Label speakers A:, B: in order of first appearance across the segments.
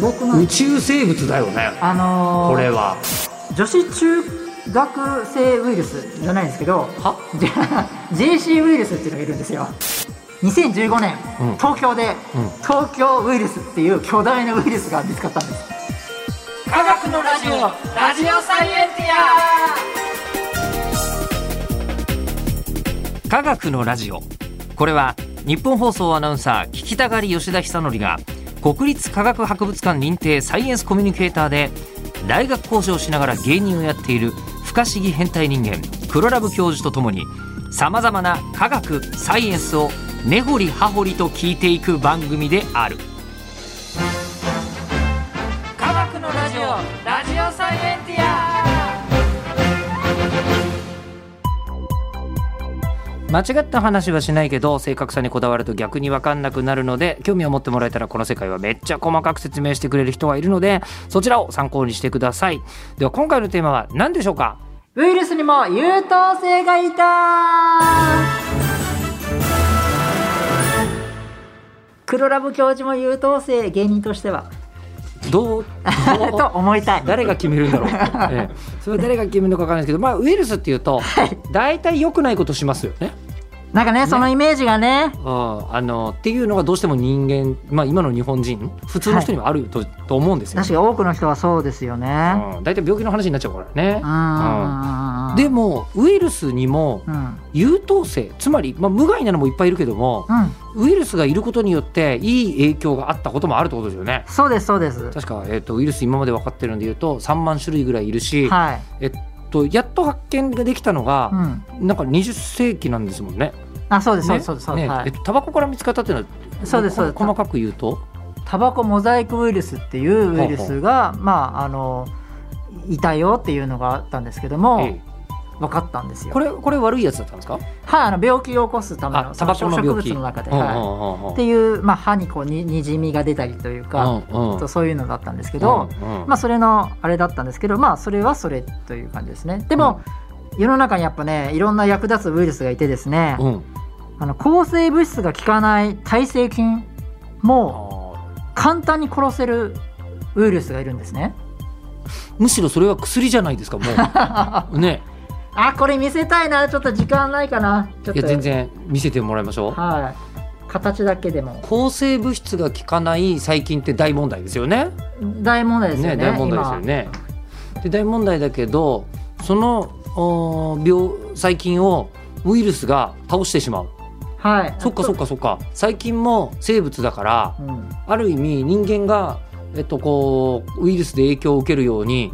A: 動くな
B: 宇宙生物だよね
A: あのー、
B: これは
A: 女子中学生ウイルスじゃないんですけど
B: は
A: じゃあ JC ウイルスっていうのがいるんですよ2015年、
B: うん
A: 東京で、
B: うん
A: 東京ウイルスっていう巨大なウイルスが見つかったんです科学のラジオラジオサイエンティ
C: 科学のラジオこれは日本放送アナウンサー聞きたがり吉田久典が国立科学博物館認定サイエンスコミュニケーターで大学講師をしながら芸人をやっている不可思議変態人間黒ラブ教授とともにさまざまな科学サイエンスを根掘り葉掘りと聞いていく番組である科学のラジオラジオサイエンティア間違った話はしないけど正確さにこだわると逆に分かんなくなるので興味を持ってもらえたらこの世界はめっちゃ細かく説明してくれる人がいるのでそちらを参考にしてくださいでは今回のテーマは何でしょうか
A: アウイルスにも優等生がいた黒ラブ教授も優等生芸人としては
C: どう
A: と思いたい
C: 誰が決めるんだろう、ええそれは誰が決めるのか分かんないですけど、まあ、ウイルスっていうと大体良くないことしますよね。
A: なんかねそのイメージがね
C: ああのっていうのがどうしても人間、まあ、今の日本人普通の人にはあると,、と思うんですよ
A: 確。かに多くの人はそうですよね
C: うん大体病気の話になっちゃうからね。
A: うん
C: でもウイルスにも
A: うん
C: 優等生つまり、まあ、無害なのもいっぱいいるけども
A: うん
C: ウイルスがいることによっていい影響があったこともあるってことですよね。
A: そうですそうです
C: 確か、えっとウイルス今まで分かってるんで言うと3万種類ぐらいいるし、
A: はい
C: えっと、やっと発見ができたのが
A: う、ん
C: なんか20世紀なんですもんね。
A: あそうですそう
C: ね
A: ですそうですそうで
C: ね
A: すはい
C: えっとタバコから見つかったっていうのは
A: そうですそうです
C: こ細かく言うと
A: タバコモザイクウイルスっていうウイルスがまああのいたよっていうのがあったんですけども
C: え
A: 分かったんです
C: え
A: よ
C: これこれ悪いやつだったんですか
A: はいあの病気を起こすための
C: あタバコの病
A: 植
C: 気
A: 物の中で
C: うんうん
A: は
C: うんうん
A: いっていうまあ歯にこうににじみが出たりというか
C: うんうん
A: ちょっとそういうのだったんですけど
C: うんうん
A: まあ、それのあれだったんですけど、まあ、それはそれという感じですね。でも、世の中にやっぱね、いろんな役立つウイルスがいてですね、
C: うん
A: あの抗生物質が効かない耐性菌も
C: あ
A: 簡単に殺せるウイルスがいるんですね。
C: ーむしろそれは薬じゃないですかも うね
A: あ、これ見せたいな、ちょっと時間ないかな。ちょっ
C: い
A: と
C: や全。然見せてもらいましょう
A: はい。形だけでも
C: 抗生物質が効かない細菌って大問題ですよね。
A: 大問題ですよね。
C: ね大問題ですよね。で大問題だけどそのおー病細菌をウイルスが倒してしまう。
A: 今はい。
C: そっかそっかそっか細菌も生物だから
A: うん。うん。
C: ある意味人間が、えっと、こうウイルスで影響を受けるように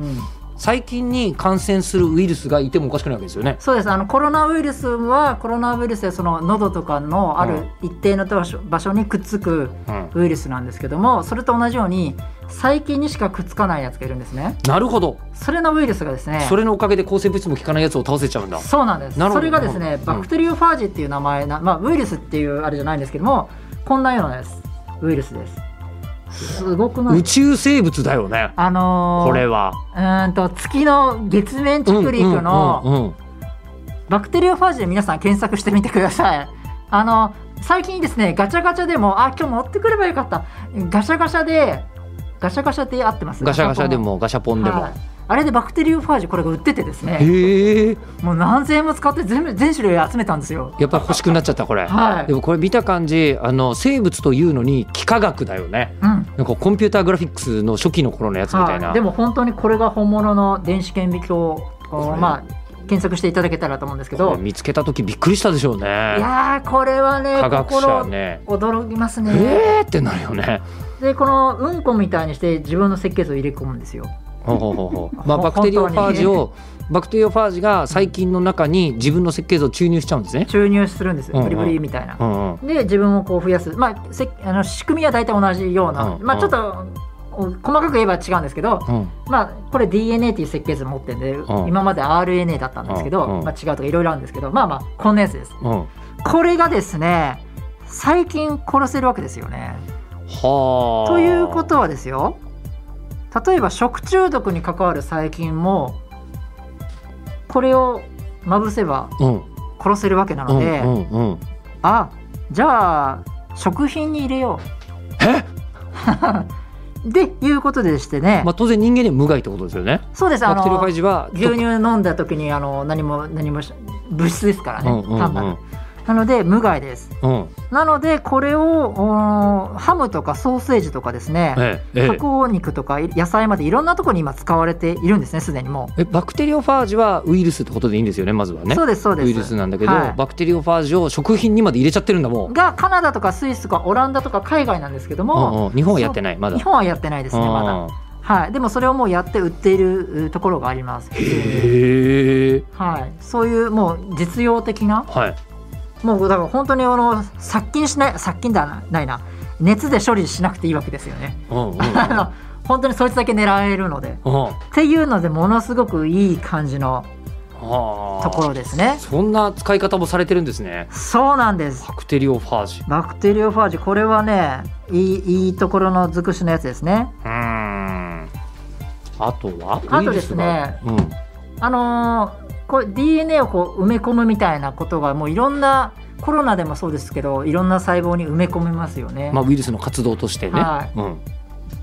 C: 細菌に感染するウイルスがいてもおかしくないわけですよね。
A: そうですあのコロナウイルスはコロナウイルスでその喉とかのあ
C: う
A: る
C: ん
A: 一定の場所場所にくっつく
C: うん、
A: ウイルスなんですけどもそれと同じように細菌にしかくっつかないやつがいるんですね
C: なるほど
A: それのウイルスがですね
C: それのおかげで抗生物質も効かないやつを倒せちゃうんだ。
A: そうなんです
C: なるほ
A: そ
C: ど
A: れがです
C: なる
A: ね
C: ほど
A: バクテリオファージっていう名前な、まあ、ウイルスっていうあれじゃないんですけどもこんなようなですウイルスですすごくな
C: 宇
A: い
C: 宙生物だよね
A: あのー、
C: これは。
A: うーんと月の月面着陸
C: う
A: の
C: んうんうんうん
A: バクテリオファージで皆さん検索してみてくださいあの最近ですねガチャガチャでもあ今日持ってくればよかったガシャガシャでガシャガシャで合ってます
C: ガシャガシャでもガシャポンでも。
A: はいあれでバクテリオファージこれが売っててですね
C: へえ
A: もう何千円も使って全部全種類集めたんですよ
C: やっぱり欲しくなっちゃったこれ。
A: はい
C: でもこれ見た感じあの生物というのに幾何学だよね。
A: うん
C: なんかコンピューターグラフィックスの初期の頃のやつみたい
A: は
C: な。
A: いでも本当にこれが本物の電子顕微鏡
C: れ
A: をまあ検索していただけたらと思うんですけ
C: こ
A: ど
C: れ見つけた時びっくりしたでしょうね。
A: いやーこれはね
C: 科学者ね。
A: 心驚きますね、
C: えーってなるよね。
A: でこのうんこみたいにして自分の設計図を入れ込むんですよ
C: ほうほうほうほうまあ
A: ほ
C: バクテリオファージをバクテリオファージが細菌の中に自分の設計図を注入しちゃうんですね。
A: 注入するんです
C: うんうん
A: ブリブリみたいな
C: う、んうん。
A: で自分をこう増やす、まあ、せあの仕組みは大体同じような、
C: うん
A: まあ、ちょっとお細かく言えば違うんですけど、
C: うん、
A: まあ、これ DNA っていう設計図持ってるんで、
C: うん
A: 今まで RNA だったんですけど、
C: うんうん
A: まあ、違うとかいろいろあるんですけどまあまあこんなやつです
C: うん、
A: これがですね最近殺せるわけですよね
C: はあ。
A: ということはですよ例えば食中毒に関わる細菌もこれをまぶせば
C: うん、
A: 殺せるわけな
C: うん、
A: の
C: う
A: で、
C: ん、うん。
A: あじゃあ食品に入れよう でいうことでしてね、
C: まあ、当然人間には無害ってことですよね
A: そうですあ
C: バクテリオファ
A: の
C: ージは
A: 牛乳飲んだ時にあの何も何もし物質ですからね、
C: うんうんうん
A: 単なるなので無害です
C: うん
A: なのでこれをおーハムとかソーセージとかですね
C: えええ
A: 加工肉とかい野菜までいろんなところに今使われているんですねすでにも
C: ええバクテリオファージはウイルスってことでいいんですよねまずは
A: う、
C: ね
A: そうですそうです
C: ウイルスなんだけど、
A: はい
C: バクテリオファージを食品にまで入れちゃってるんだもん、
A: がカナダとかスイスとかオランダとか海外なんですけども、
C: うんうん日本はやってないまだ
A: 日本はやってないですねまだ、はい、でもそれをもうやって売っているうところがあります
C: うんへえ
A: はい、そういうもう実用的な
C: はい
A: もうだから本当にあの殺菌しない殺菌だなないな熱で処理しなくていいわけですよね
C: うんうん
A: あの本当にそいつだけ狙えるので
C: うんは
A: っていうのでものすごくいい感じの
C: あ
A: ところですね
C: そんな使い方もされてるんですね
A: そうなんです
C: バクテリオファージ
A: バクテリオファージこれはねいいいいところの尽くしのやつですね
C: うーんあとは
A: あとですね
C: ウイルスが
A: あのーこれ DNA をこう埋め込むみたいなことがもういろんなコロナでもそうですけどいろんな細胞に埋め込めますよね
C: うん、まあウイルスの活動としてね、
A: はい
C: うん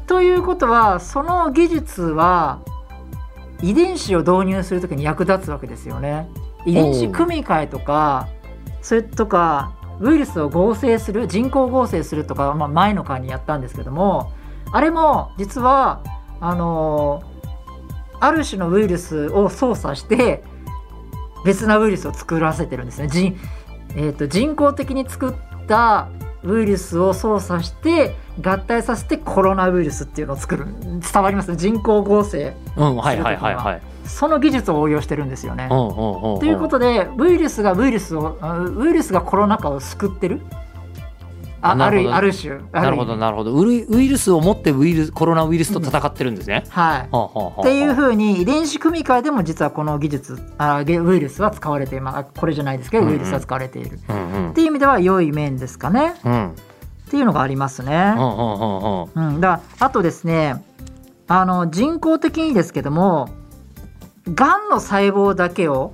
A: ということはその技術は遺伝子を導入するときに役立つわけですよね遺伝子組み換えとかそれとかウイルスを合成する人工合成するとか、まあ、前の回にやったんですけどもあれも実はあのーある種のウイルスを操作して別なウイルスを作らせてるんですね。人えー、と人工的に作ったウイルスを操作して合体させてコロナウイルスっていうのを作る伝わります人工合成
C: うん、はいはいはいはい
A: その技術を応用してるんですよね
C: う。んうんうんうん
A: ということでウイルスがウイルスをあウイルスがコロナ禍を救ってるああ
C: なるほ
A: る
C: ど
A: ある種あ
C: な
A: 意
C: る
A: 味
C: ほどなるほどウイルウイルスを持ってウイルスコロナウイルスと戦ってるんですね、
A: はい
C: はあはあはあ
A: っていうふうに遺伝子組み換えでも実はこの技術あげウイルスは使われていますあこれじゃないですけど
C: うんう
A: ウ
C: ん
A: イルスは使われている、っ
C: うんうん
A: ていう意味では良い面ですかね
C: うん
A: っていうのがありますね。
C: うんうんうんうん
A: うん、だあとですねあの人工的にですけどもがんの細胞だけを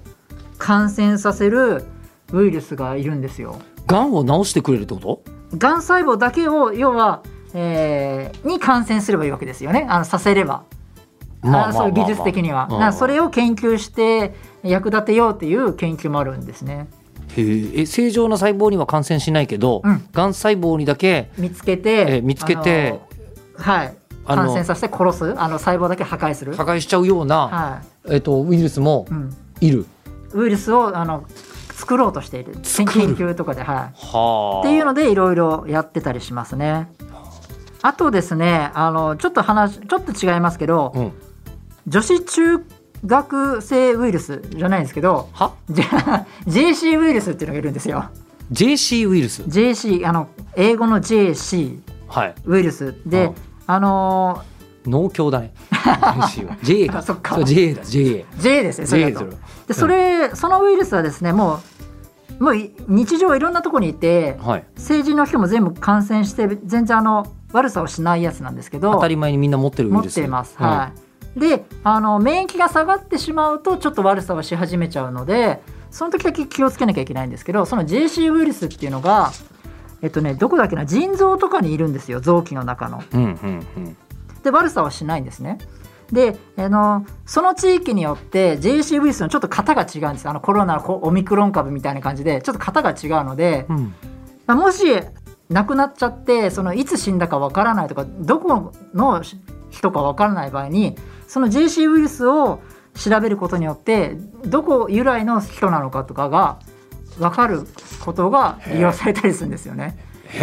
A: 感染させるウイルスがいるんですよ。
C: がんを治してくれるってこと
A: がん細胞だけを要は、えーに感染すればいいわけですよねあのさせれば、あのそう技術的には、
C: うん
A: だからそれを研究して役立てようっていう研究もあるんですね。
C: へええ正常な細胞には感染しないけど、
A: うん
C: がん細胞にだけ
A: 見つけて
C: え見つけて
A: あのはい
C: あの
A: 感染させて殺すあの細胞だけ破壊する、
C: 破壊しちゃうような、
A: は
C: えっとウイルスも
A: いうん、
C: いる、
A: ウイルスをあの作ろうとしている研
C: 作る
A: 究とかで、はい、
C: はあ
A: っていうのでいろいろやってたりしますね。あとですねあのちょっと話ちょっと違いますけど、
C: うん
A: 女子中学生ウイルスじゃないんですけど
C: は
A: じゃ JC ウイルスっていうのがいるんですよ。
C: JC ウイルス
A: JC あの英語の JC
C: はい
A: ウイルスで、
C: うん
A: あの
C: 農協 だね JC は JA
A: あ
C: か
A: そっか
C: う JA だ JA
A: ー J ですねそ
C: JA
A: れだ
C: そ
A: と
C: れ。
A: でそれ、そのウイルスはですねもうもうい日常いろんなところにいて、
C: はい
A: 成人の人も全部感染して全然あの悪さをしないやつなんですけ
C: 当
A: ど
C: たり前にみんな持ってるウ
A: 持
C: イ
A: っ
C: ルス
A: ています、はいであの免疫が下がってしまうとちょっと悪さをし始めちゃうのでその時だけ気をつけなきゃいけないんですけどその JC ウイルスっていうのがえっとねどこだっけな腎臓とかにいるんですよ臓器の中の
C: うんうんうん
A: で悪さはしないんですねであのその地域によって JC ウイルスのちょっと型が違うんですあのコロナこうオミクロン株みたいな感じでちょっと型が違うので、
C: うん
A: まあ、もし亡くなっちゃってそのいつ死んだかわからないとかどこの人かわからない場合にその JC ウイルスを調べることによってどこ由来の人なのかとかが分かることが利用されたりするんですよね。
C: へ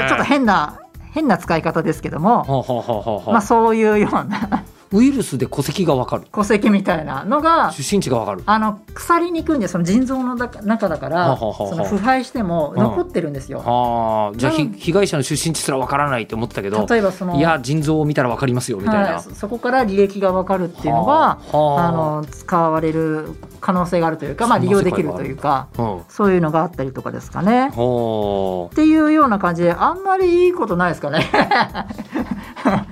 A: で
C: え
A: ちょっと変な変な使い方ですけども、
C: はあはあはあはあ
A: まあ、そういうような
C: ウイルスで戸籍がわかる
A: 戸籍みたいなのが
C: 出身地がわかる
A: あの鎖に行くんでその腎臓の中中だから
C: はははは
A: その腐敗しても残ってるんですよ。
C: はあじゃあ、ひ
A: うん
C: 被害者の出身地すらわからないって思ってたけど
A: 例えばその
C: いや腎臓を見たらわかりますよみたいな、
A: はい、そそこから履歴が分かるっていうのが
C: はあはあ
A: あの使われる可能性があるというか、まあ、
C: そん
A: 利
C: な
A: 用できるというか
C: うん
A: そういうのがあったりとかですかね。
C: は
A: っていうような感じであんまりいいことないです かね。
C: あ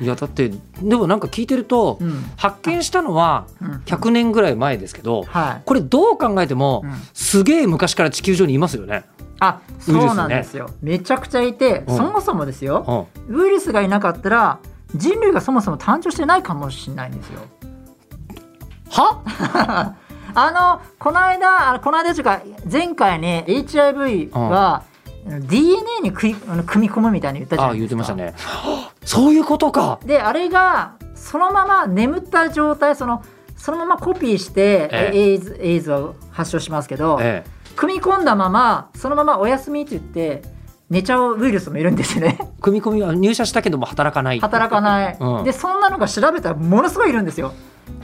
C: いやだってでもなんか聞いてると、
A: うん
C: 発見したのは
A: うん
C: 100年ぐらい前ですけど、
A: はい
C: これどう考えても、
A: うん
C: すげえ昔から地球上にいますよね。
A: あそうなん
C: ウイルスね
A: ですよめちゃくちゃいて、
C: うん
A: そもそもですよ
C: うん
A: ウイルスがいなかったら人類がそもそも誕生してないかもしれないんですよ。
C: は
A: あのこの間あのこの間というか前回ね HIV は、DNA に組みあの組み込むみたいに言ったじゃ
C: あ
A: な
C: あ
A: い
C: 言
A: で
C: って
A: す
C: ま
A: か。
C: したねそういうことか
A: であれがそのまま眠った状態そのそのままコピーして、
C: え
A: え
C: え
A: エイズエイズを発症しますけど、
C: え
A: 組み込んだままそのままお休みって言って寝ちゃうウイルスもいるんですよ ね
C: え組み込みは入社したけども働かない
A: 働かない、
C: うん
A: でそんなのが調べたらものすごいいるんですよ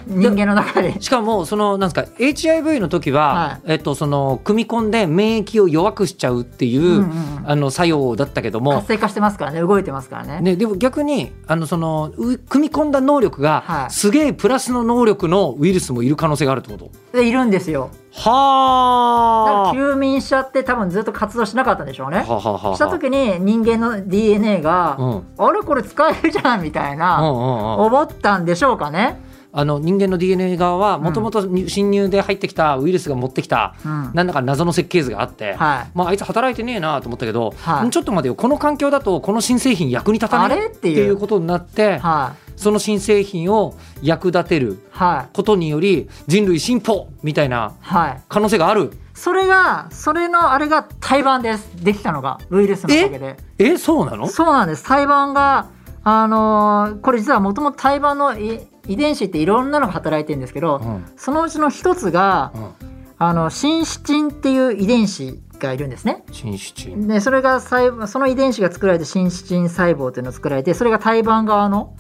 A: 人間の中に。
C: しかもそのなんですか HIV の時は、
A: は
C: えっと、その組み込んで免疫を弱くしちゃうっていう、
A: うんうんうん
C: あの作用だったけども
A: 活、性化してますからね動いてますからね
C: ね、でも逆にあのそのう組み込んだ能力が、
A: はい
C: すげえプラスの能力のウイルスもいる可能性があるってこと
A: でいるんですよだから
C: はあ
A: 休眠しちゃって多分ずっと活動しなかったんでしょうね
C: はあはあはあ
A: した時に人間の DNA が、
C: うんうん
A: あれこれ使えるじゃんみたいな、
C: うんうん
A: 思ったんでしょうかね。
C: あの人間の DNA 側はもともと侵入で入ってきたウイルスが持ってきた、
A: うん
C: なんだか謎の設計図があって、
A: はい。
C: まあ、あいつ働いてねえなと思ったけど、
A: はい
C: ちょっと待てよこの環境だとこの新製品役に立た
A: あ
C: ない
A: れって
C: って
A: い。
C: いううことになって、
A: はい。
C: その新製品を役立てる
A: はい。
C: ことにより人類進歩みたいな
A: はい。
C: 可能性がある
A: それが、それのあれが胎盤です。できたのが、ウイルスのおかげで。
C: えそうなの
A: そうなんです。胎盤が、あのーこれ実はもともと胎盤のい遺伝子っていろんなのが働いてるんですけど、
C: うん
A: そのうちの一つが、
C: うん
A: あの、心シチンっていう遺伝子がいるんですね。
C: 新種チーム
A: で、それが細胞、その遺伝子が作られて、心シチン細胞というのが作られて、それが胎盤側の、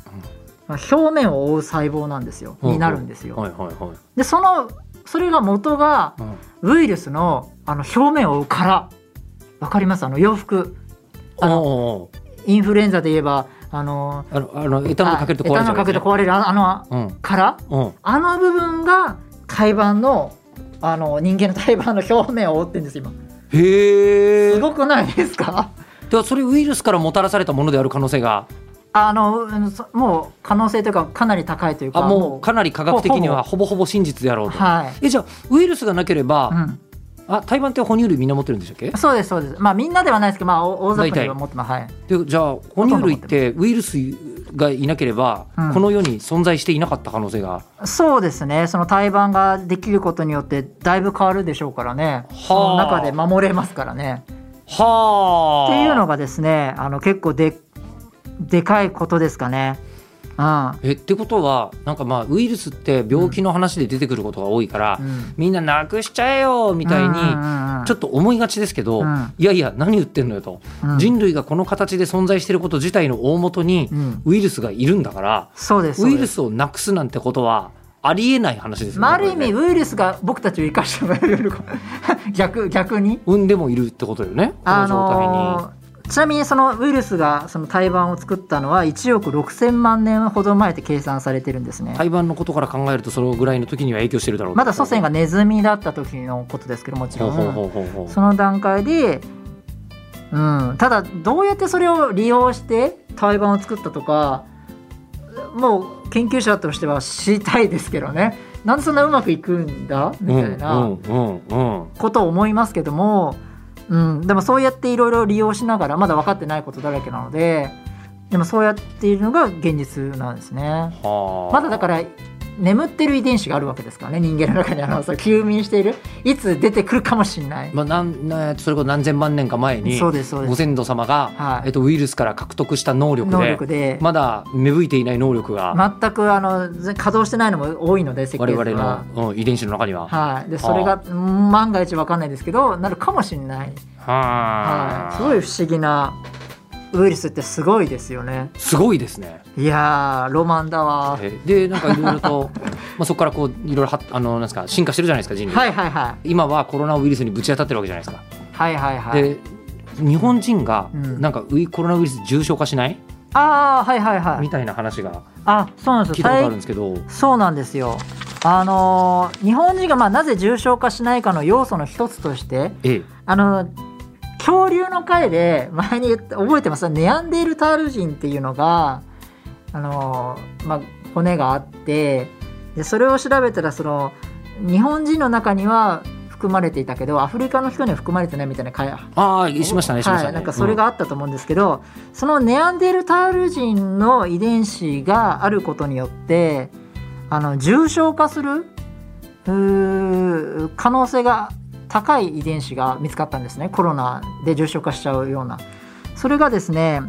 A: 表面を覆う細胞なんですよ。
C: うん
A: になるんですよ。
C: はいはいはい、
A: でそのそれが元が
C: うん
A: ウイルスのあの表面を覆う殻わかりますあの洋服あの
C: おうおうおう
A: インフルエンザで言えばあの
C: あのあのエタノールかけると壊れちゃ
A: あエタノールかけると
C: う
A: 壊れるあの
C: やつね
A: 殻
C: うんうん
A: あの部分が胎盤のあの人間の胎盤の表面を覆ってるんです今
C: へえ
A: すごくないですか
C: ではそれウイルスからもたらされたものである可能性が
A: あのうんそもう可能性というかかなり高いというか
C: あもうかなり科学的にはほぼほぼ真実であろうと、
A: はい、
C: えじゃあウイルスがなければ、
A: うん、
C: あ胎盤って哺乳類みんな持ってるんでしたっけ
A: そうですそうですまあみんなではないですけどまあお大雑把
C: 大
A: に
C: 体
A: は持ってますはい
C: でじゃあ哺乳類ってウイルスがいなければ、
A: うん
C: この世に存在していなかった可能性が
A: そうですねその胎盤ができることによってだいぶ変わるでしょうからね、その中で守れますからね。
C: はあ
A: っていうのがですねあの結構ででかいことですかね。うん
C: えってことはなんかまあウイルスって病気の話で出てくることが多いから、
A: うん、
C: みんななくしちゃえよみたいにちょっと思いがちですけど、
A: うん
C: いやいや何言ってんのよと、
A: と
C: 人類がこの形で存在していること自体の大元に
A: うん
C: ウイルスがいるんだから、
A: そうですそう
C: ウ
A: です
C: イルスをなくすなんてことはありえない話ですよね。
A: まあ、ある意
C: これ
A: 味
C: ね
A: ウイルスが僕たちを生かしてもらえるか 逆逆に
C: 産んでもいるってことよね。この
A: あ
C: 状態に。
A: のーちなみにそのウイルスがその胎盤を作ったのは1億6,000万年ほど前って計算されてるんですね。
C: 胎盤のことから考えるとそのぐらいの時には影響してるだろう
A: まだ祖先
C: が
A: がネズミだった時のことですけどもち
C: ほ
A: ろ
C: うんほうほうほうほう
A: その段階で、うん、ただどうやってそれを利用して胎盤を作ったとかもう研究者としては知りたいですけどねなんでそんなうまくいくんだみたい
C: うん
A: な
C: うんうんうん
A: ことを思いますけども、うん、でもそうやっていろいろ利用しながらまだ分かってないことだらけなのででもそうやっているのが現実なんですね。
C: はあ
A: まだだから眠ってる遺伝子があるわけですからね人間の中にあのそう休眠しているいつ出てくるかもしれない、
C: まあなんなそれこそ何千万年か前に
A: そうですそうです
C: ご先祖様が、
A: はい
C: えっとウイルスから獲得した能力で
A: 能力で、
C: まだ芽吹いていない能力が、
A: 全くあのぜ稼働してないのも多いので設計
C: 我
A: 図は
C: 々の、うん、遺伝子の中には。
A: はい、でそれがうん万が一わかんないですけどなるかもしれない、
C: は
A: は
C: あ
A: い、すごい不思議なウイルスってすごいですよね
C: すごいですね。
A: いやーロマンだわ
C: えでなんかいろいろと まあそこからこういろいろはあのなんですか進化してるじゃないですか人類、
A: はいはいは
C: 今はコロナウイルスにぶち当たってるわけじゃないですか。
A: いはいはいはい
C: で日本人が
A: うん
C: なんかウイコロナウイルス重症化しない、
A: ああはいはいはい
C: みたいな話が
A: あそうなんです
C: 聞い
A: よ
C: たことあるん
A: 最
C: ですけど、
A: そうなんですよあのー日本人がまあなぜ重症化しないかの要素の一つとして
C: ええ
A: あの恐竜の回で前に言った覚えてますネアンデールタール人っていうのがあの、まあ、骨があってでそれを調べたらその日本人の中には複含まれていたけどアフリカの人には含まれてないみたいな会
C: ああしましたねしました
A: はい、
C: ね、
A: なんかそれがあったと思うんですけど、そのネアンデルタール人の遺伝子があることによってあの重症化するうー可能性が高い遺伝子が見つかったんですねコロナで重症化しちゃうような。それがですね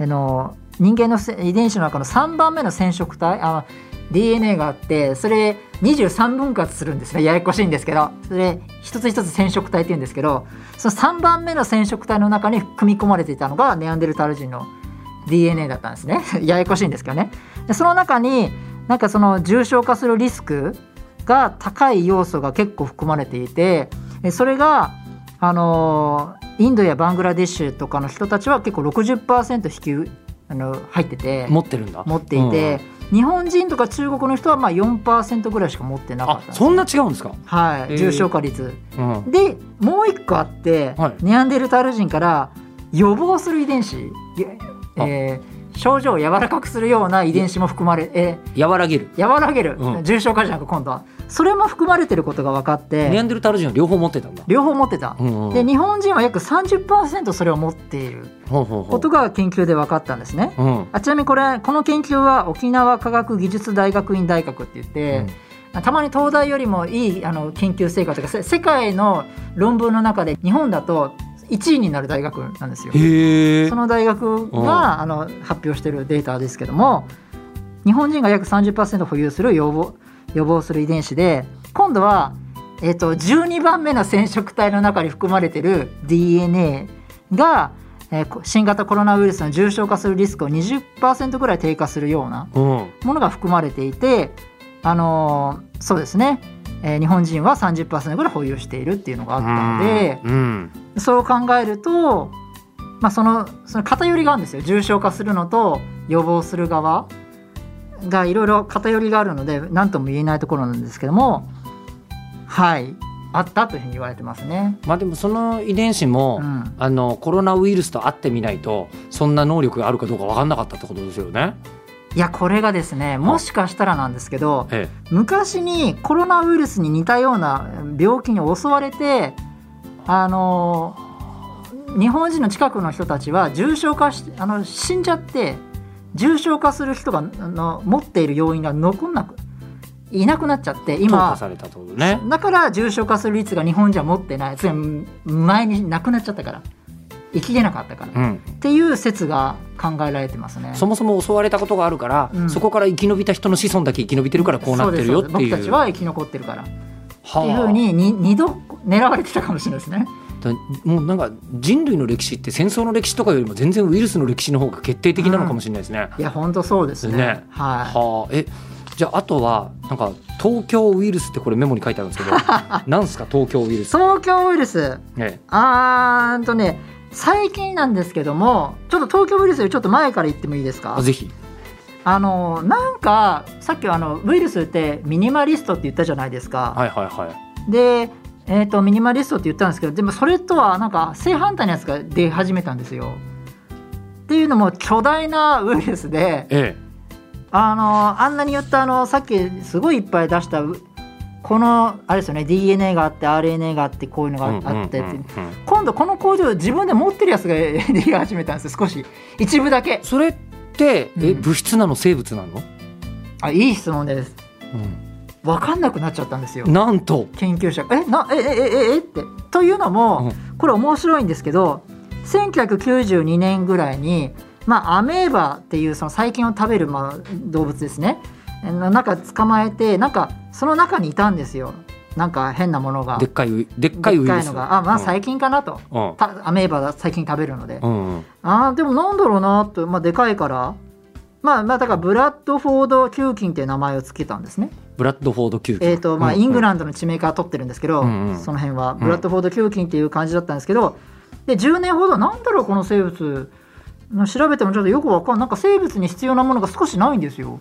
A: あの人間のせ遺伝子の中の3番目の染色体あ DNA があってそれ23分割するんですねややこしいんですけどそれ一つ一つ染色体っていうんですけどその3番目の染色体の中に組み込まれていたのがネアンデルタール人の DNA だったんですね ややこしいんですけどねでその中になんかその重症化するリスクが高い要素が結構含まれていてえそれがあのーインドやバングラデシュとかの人たちは結構60%引きあの入ってて
C: 持ってるんだ
A: 持っていて、日本人とか中国の人はまあ4%ぐらいしか持ってなか
C: あ
A: ったんです
C: そんな違うんですか、
A: は
C: へー
A: い、重症化率、
C: うん、
A: でもう一個あって、
C: はい
A: ネアンデルタール人から予防する遺伝子、えー症状を柔らかくするような遺伝子も含まれ、え
C: 和らげる
A: ー和らげる、
C: うん
A: 重症化じゃなく今度はそれも含まれてることが分かっ
C: ネア
A: て
C: ンデルタール人は両方持ってたんだ、
A: 両方持ってた
C: う、んうん、
A: で日本人は約30%それを持っている
C: ほうほうほう
A: ことが研究で分かったんですね。
C: うん
A: あちなみにこれこの研究は沖縄科学技術大学院大学って言って、たまに東大よりもいいあの研究成果というかせ世界の論文の中で日本だと1位になる大学なんですよ。
C: へえ
A: その大学があの発表しているデータですけども日本人が約30%保有する予防予防する遺伝子で今度は、えっと12番目の染色体の中に含まれている DNA が、えーこ新型コロナウイルスの重症化するリスクを20%ぐらい低下するような
C: うん
A: ものが含まれていて、あのーそうですね、えー日本人は30%ぐらい保有しているっていうのがあったので、
C: うん
A: そう考えると、まあ、そのその偏りがあるんですよ重症化するのと予防する側がいろいろ偏りがあるので何とも言えないところなんですけどもはいあったというふうに言われてますね。
C: まあでもその遺伝子も、
A: うん
C: あのコロナウイルスと会ってみないとそんな能力があるかどうか分かんなかったってことですよね。
A: いやこれがですねもしかしたらなんですけど
C: え
A: 昔にコロナウイルスに似たような病気に襲われてあの日本人の近くの人たちは重症化しあの死んじゃって重症化する人があの持っている要因が残んなくいなくなっちゃって
C: え、投下
A: 今
C: されたってことね。
A: だから重症化する率が日本人は持ってないつまり前になくなっちゃったから生きれなかったから、っ
C: うん、
A: ていう説が考えられてますね。
C: そもそも襲われたことがあるから、
A: うん
C: そこから生き延びた人の子孫だけ生き延びてるからこうなってるよっていう
A: そうですそうです僕たちは生き残ってるからっ
C: は
A: ていうふうにに二度狙われてたかもしれないですね。
C: だもうなんか人類の歴史って戦争の歴史とかよりも全然ウイルスの歴史の方が決定的なのかもしれないですね。
A: いや本当そうですね。
C: ね
A: は
C: はあえじゃああとはなんか東京ウイルスってこれメモに書いてあるんですけ どなんすか東京ウイル
A: い。
C: ス。
A: 東京ウイルス
C: え
A: あーんとね最近なんですけどもちょっと東京ウイルスよりちょっと前から言ってもいいです
C: え、
A: か
C: ぜひ。
A: あのなんかさっきあのウイルスってミニマリストって言ったじゃないですか、
C: はいはいはい。
A: で、えー、とミニマリストって言ったんですけどでもそれとはなんか正反対のやつが出始めたんですよ。っていうのも巨大なウイルスで
C: え
A: あのあんなに言ったあのさっきすごいいっぱい出したうこのあれですよね DNA があって RNA があってこういうの
C: え、
A: がああってって、
C: うんうんうんうん
A: 今度この工場自分で持ってるやつが でき始めたんですよ少し一部だけ
C: それってえ、
A: うん
C: 物質なの生物なの、
A: あいい質問です分かんなくなっちゃったんですよ
C: なんと
A: 研究者がえなえええええってというのも、これ面白いんですけど1992年ぐらいに、まあ、アメーバっていうその細菌を食べる、まあ、動物ですねの中捕まえてなんかその中にいたんですよなんか変なものが
C: でっかいウイでっかいウイル
A: でっ
C: ス
A: のがあまあ細菌かなと、
C: うん
A: たアメーバは細菌食べるので、
C: うんうん
A: あーでもなんだろうなと、まあ、でかいからまあまあだからブラッドフォード球菌っていう名前をつけたんですね
C: ブラッドフォード球菌
A: えーとまあ、
C: うんうん
A: イングランドの地名から取ってるんですけど、
C: うんうん
A: その辺はブラッドフォード球菌っていう感じだったんですけど、で10年ほどなんだろうこの生物調べてもちょっとよくわかんないなんか生物に必要なものが少しないんですよ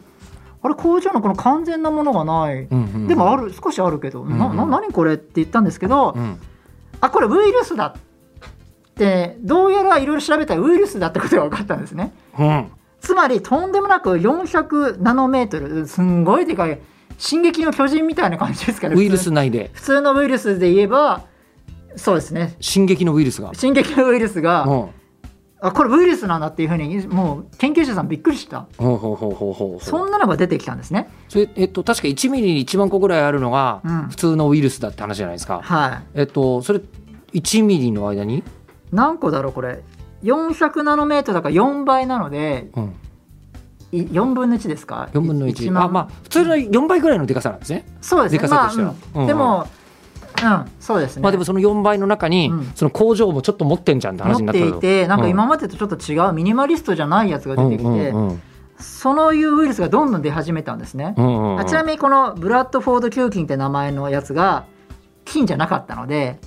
A: あれ工場のこの完全なものがない、
C: うんうんうん
A: でもある少しあるけど、な
C: うん
A: な
C: うん
A: 何これって言ったんですけど、
C: うん
A: あこれウイルスだってどうやらいろいろ調べたらウイルスだってことが分かったんですね
C: うん
A: つまりとんでもなく400ナノメートルすんごいでかい「進撃の巨人」みたいな感じですかね
C: ウイルス内で
A: 普通のウイルスで言えばそうですね
C: 進撃のウイルスが、
A: 進撃のウイルス
C: うん、
A: が
C: ほ
A: あこれウイルスなんだっていうふうにもう研究者さんびっくりした
C: うほうほうほうほう
A: そんなのが出てきたんですね
C: それえっと確か1ミリに1万個ぐらいあるのが
A: うん
C: 普通のウイルスだって話じゃないですか、
A: は
C: えっとそれ1ミリの間に、
A: い何個だろうこれ400ナノメートルだから4倍なので
C: うん、
A: い4分の1ですか
C: 4分の
A: い
C: 1
A: 一万
C: あまあ普通の4倍ぐらいのでかさなんですね、
A: そうですね
C: でかさとしては
A: まあうん
C: うんうん
A: でもうんそうですね、
C: まあでもその4倍の中に、
A: うん
C: その工場もちょっと持ってんじゃんって話に
A: 持
C: な
A: っ
C: った
A: て
C: の
A: いてなんか今までとちょっと違う、ミニマリストじゃないやつが出てきて、
C: うんうんうん
A: そういうウイルスがどんどん出始めたんですね、
C: うんうんうん
A: あちなみにこのブラッドフォード球菌って名前のやつが菌じゃなかったので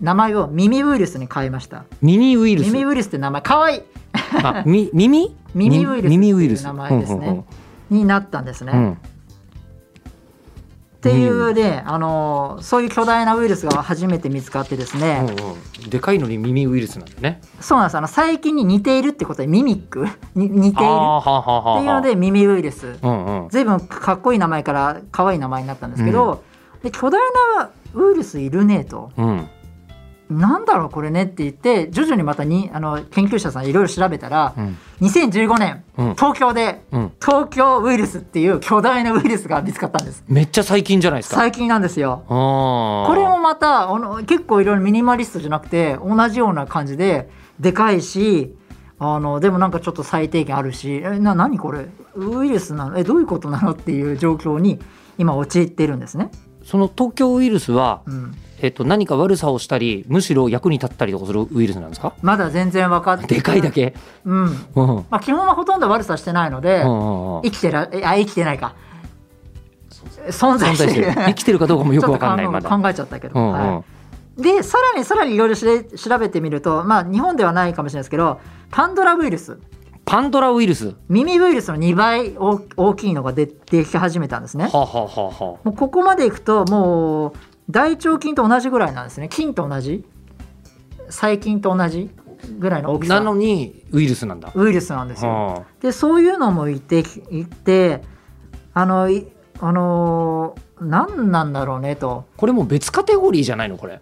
A: 名前を耳ウイルスに変えました
C: 耳ウイルス
A: 耳ウイルスって名前かわいい
C: あみ耳
A: 耳ウイルス
C: 耳ウイルス
A: っていう名前ですねになったんですね、
C: うんうんう
A: っ
C: ん
A: ていうね、あのーそういう巨大なウイルスが初めて見つかってですね、
C: うんうんでかいのに耳ウイルスなんだね
A: そうなんですあの細菌に似ているってことでミミック に似ているっ
C: あーはあはあはあ
A: ていうので耳ウイルス
C: うんうん
A: 随分かっこいい名前から可愛い名前になったんですけど、で巨大なウイルスいるねと
C: うん
A: なんだろうこれねって言って徐々にまたにあの研究者さんいろいろ調べたら
C: うん
A: 2015年
C: うん
A: 東京で
C: うん
A: 東京ウイルスっていう巨大なウイルスが見つかったんです
C: めっちゃ最近じゃないですか
A: 最近なんですよ
C: こ
A: これもまたあの結構いろいろミニマリストじゃなくて同じような感じででかいしあのでもなんかちょっと最低限あるしえな何これウイルスなのえどういうことなのっていう状況に今陥ってるんですね。
C: その東京ウイルスは、
A: うん、
C: えっと、何か悪さをしたりむしろ役に立ったりとかするウイルスなんですか
A: まだ全然分かって
C: でかいだ、け、
A: うん
C: うんうん
A: まあ、基本はほとんど悪さしてないので、
C: うんうん、
A: 生きてらえあ生きてないか存在し
C: 存在しててる
A: る
C: 生きてるかどう かもよくわかんない
A: ちょ
C: ま
A: っと
C: だ
A: 考え考えちゃったけど、
C: うんうん
A: はいでさらにさらにいろいろしれ調べてみると、まあ、日本ではないかもしれないですけどパンドラウイルス
C: パンドラウイルスは
A: 耳ウイルスの2倍大大きいのが出てき始めたんですね
C: あ、はあはあはあ
A: もうここまでいくともう大腸菌と同じぐらいなんですね菌と同じ細菌と同じぐらいの大き
C: な
A: さ
C: の
A: の
C: にウイルスなんだ、
A: ウイルスなんですよ
C: は
A: でそういうのもいていてあのいあのー何なんだろうねと
C: あこれもう別カテゴリーじゃないのこれ、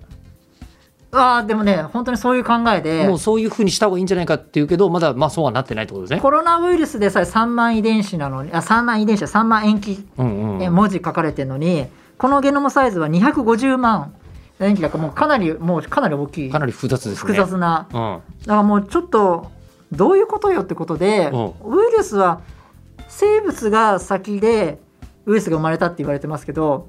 A: あーでもね本当にそういう考えで
C: もうそういうふうにした方がいいんじゃないかっていうけどまだまあそうはなってないってことですね
A: コロナウイルスでさえ3万遺伝子なのにあ3万遺伝子3万塩基
C: うんう
A: え
C: ん
A: 文字書かれてるのにこのゲノムサイズは250万塩基だからもうかなりもうかなり大きい
C: かなり複雑ですね
A: 複雑な
C: うん
A: だからもうちょっとどういうことよってことで
C: うん
A: ウイルスは生物が先でウイルスが生まれたって言われてますけど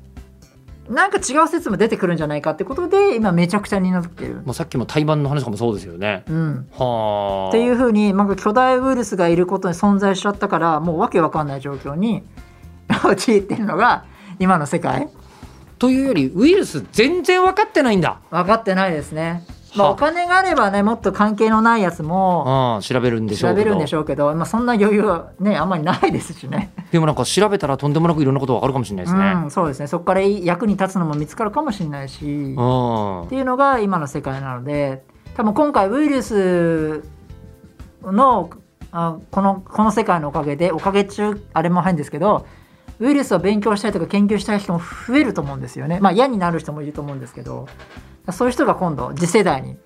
A: なんか違う説も出てくるんじゃないかってことで今めちゃくちゃになってる。
C: もうさっきも対バンの話とかもそうですよね
A: うん
C: はあ
A: っていう
C: う
A: ふうに、まあ、巨大ウイルスがいることに存在しちゃったからもうわけわかんない状況に陥ってるのが今の世界
C: というよりウイルス全然分かってないんだ
A: 分かってないですね、まあ、
C: は
A: お金があればねもっと関係のないやつも
C: うん調べるんでしょ
A: 調
C: うけ
A: べ
C: ど
A: るんでしょうけど、まあ、そんな余裕はねあんまりないですしね
C: でもなんか調べたらとんでもなくいろんなことわかるかもしれないです
A: う
C: ね
A: ん、そうですねそこから役に立つのも見つかるかもしれないし、
C: う
A: っ
C: ん、
A: ていうのが今の世界なので多分今回ウイルスのあこのこの世界のおかげでおかげ中あれも変ですけどウイルスを勉強したりとか研究したい人も増えると思うんですよねまあ嫌になる人もいると思うんですけどそういう人が今度次世代に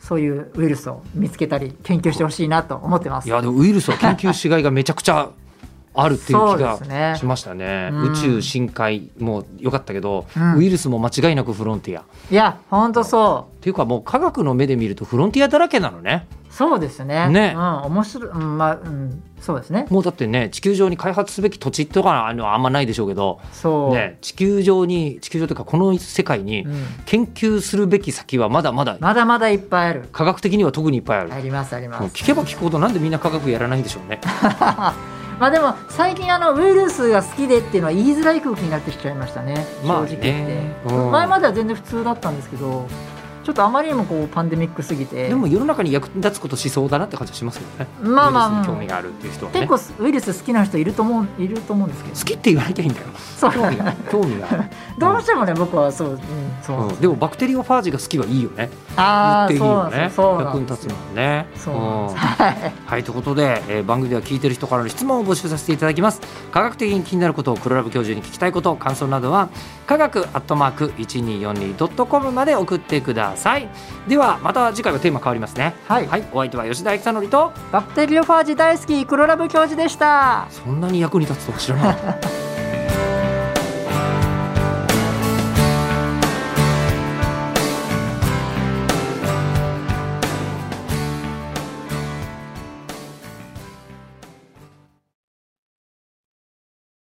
A: そういうウイルスを見つけたり研究してほしいなと思ってます
C: い。やでもウイルスは研究しがいがめちゃくちゃあるっていう
A: そう
C: 気
A: ですね
C: がしましたね
A: うん
C: 宇宙深海も良かったけど、
A: うん
C: ウイルスも間違いなくフロンティアっ
A: いや本当そう
C: ていうかもう科学の目で見るとフロンティアだらけなのね
A: そうですね。
C: ね
A: うん、面白い、うん、まあ、うん、そうですね。
C: もうだってね地球上に開発すべき土地とかあのあんまないでしょうけど、
A: そう。
C: ね、地球上に地球上というかこの世界に
A: うん、
C: 研究するべき先はまだまだ
A: まだまだいっぱいある。
C: 科学的には特にいっぱいある、
A: あります、ありま
C: もう
A: す。
C: 聞けば聞くほどなんでみんな科学やらないんでしょうね
A: まあ、でも、最近、あの、ウイルスが好きでっていうのは言いづらい空気になってきちゃいましたね。
C: まあ
A: 正直言って
C: ね、うん
A: 前までは全然普通だったんですけど。ちょっとあまりにもこうパンデミックすぎて
C: でも世の中に役立つことしそうだなって感じはしますよね。
A: まあまあ
C: ウイルス
A: う
C: に
A: ん
C: 興味があるっていう人はね。
A: 結構ウイルス好きな人いると思ういると思うんですけど
C: 好きって言わなきゃいいんだよ。
A: そう
C: 興味が 興味がある。
A: どうしてもね僕はそう、うん、そうなん
C: う
A: で
C: ん
A: す
C: でもバクテリオファージが好きはいいよね。言
A: あ
C: っ
A: あ
C: ていい
A: そうな
C: よ
A: んで
C: ね。
A: すよそうな
C: 役
A: ん
C: に
A: です
C: 立つ
A: よ
C: もんね。
A: そうなんです
C: ん
A: はい
C: はいということで、えー番組では聞いてる人からの質問を募集させていただきます科学的に気になることを黒ラブ教授に聞きたいこと感想などは科学アットマーク 1242.com まで送ってくださいではまた次回はテーマ変わりますね
A: はい
C: はいお相手は吉田久典と
A: バクテリオファージ大好き黒ラブ教授でした
C: そんなに役に立つとは知らなかった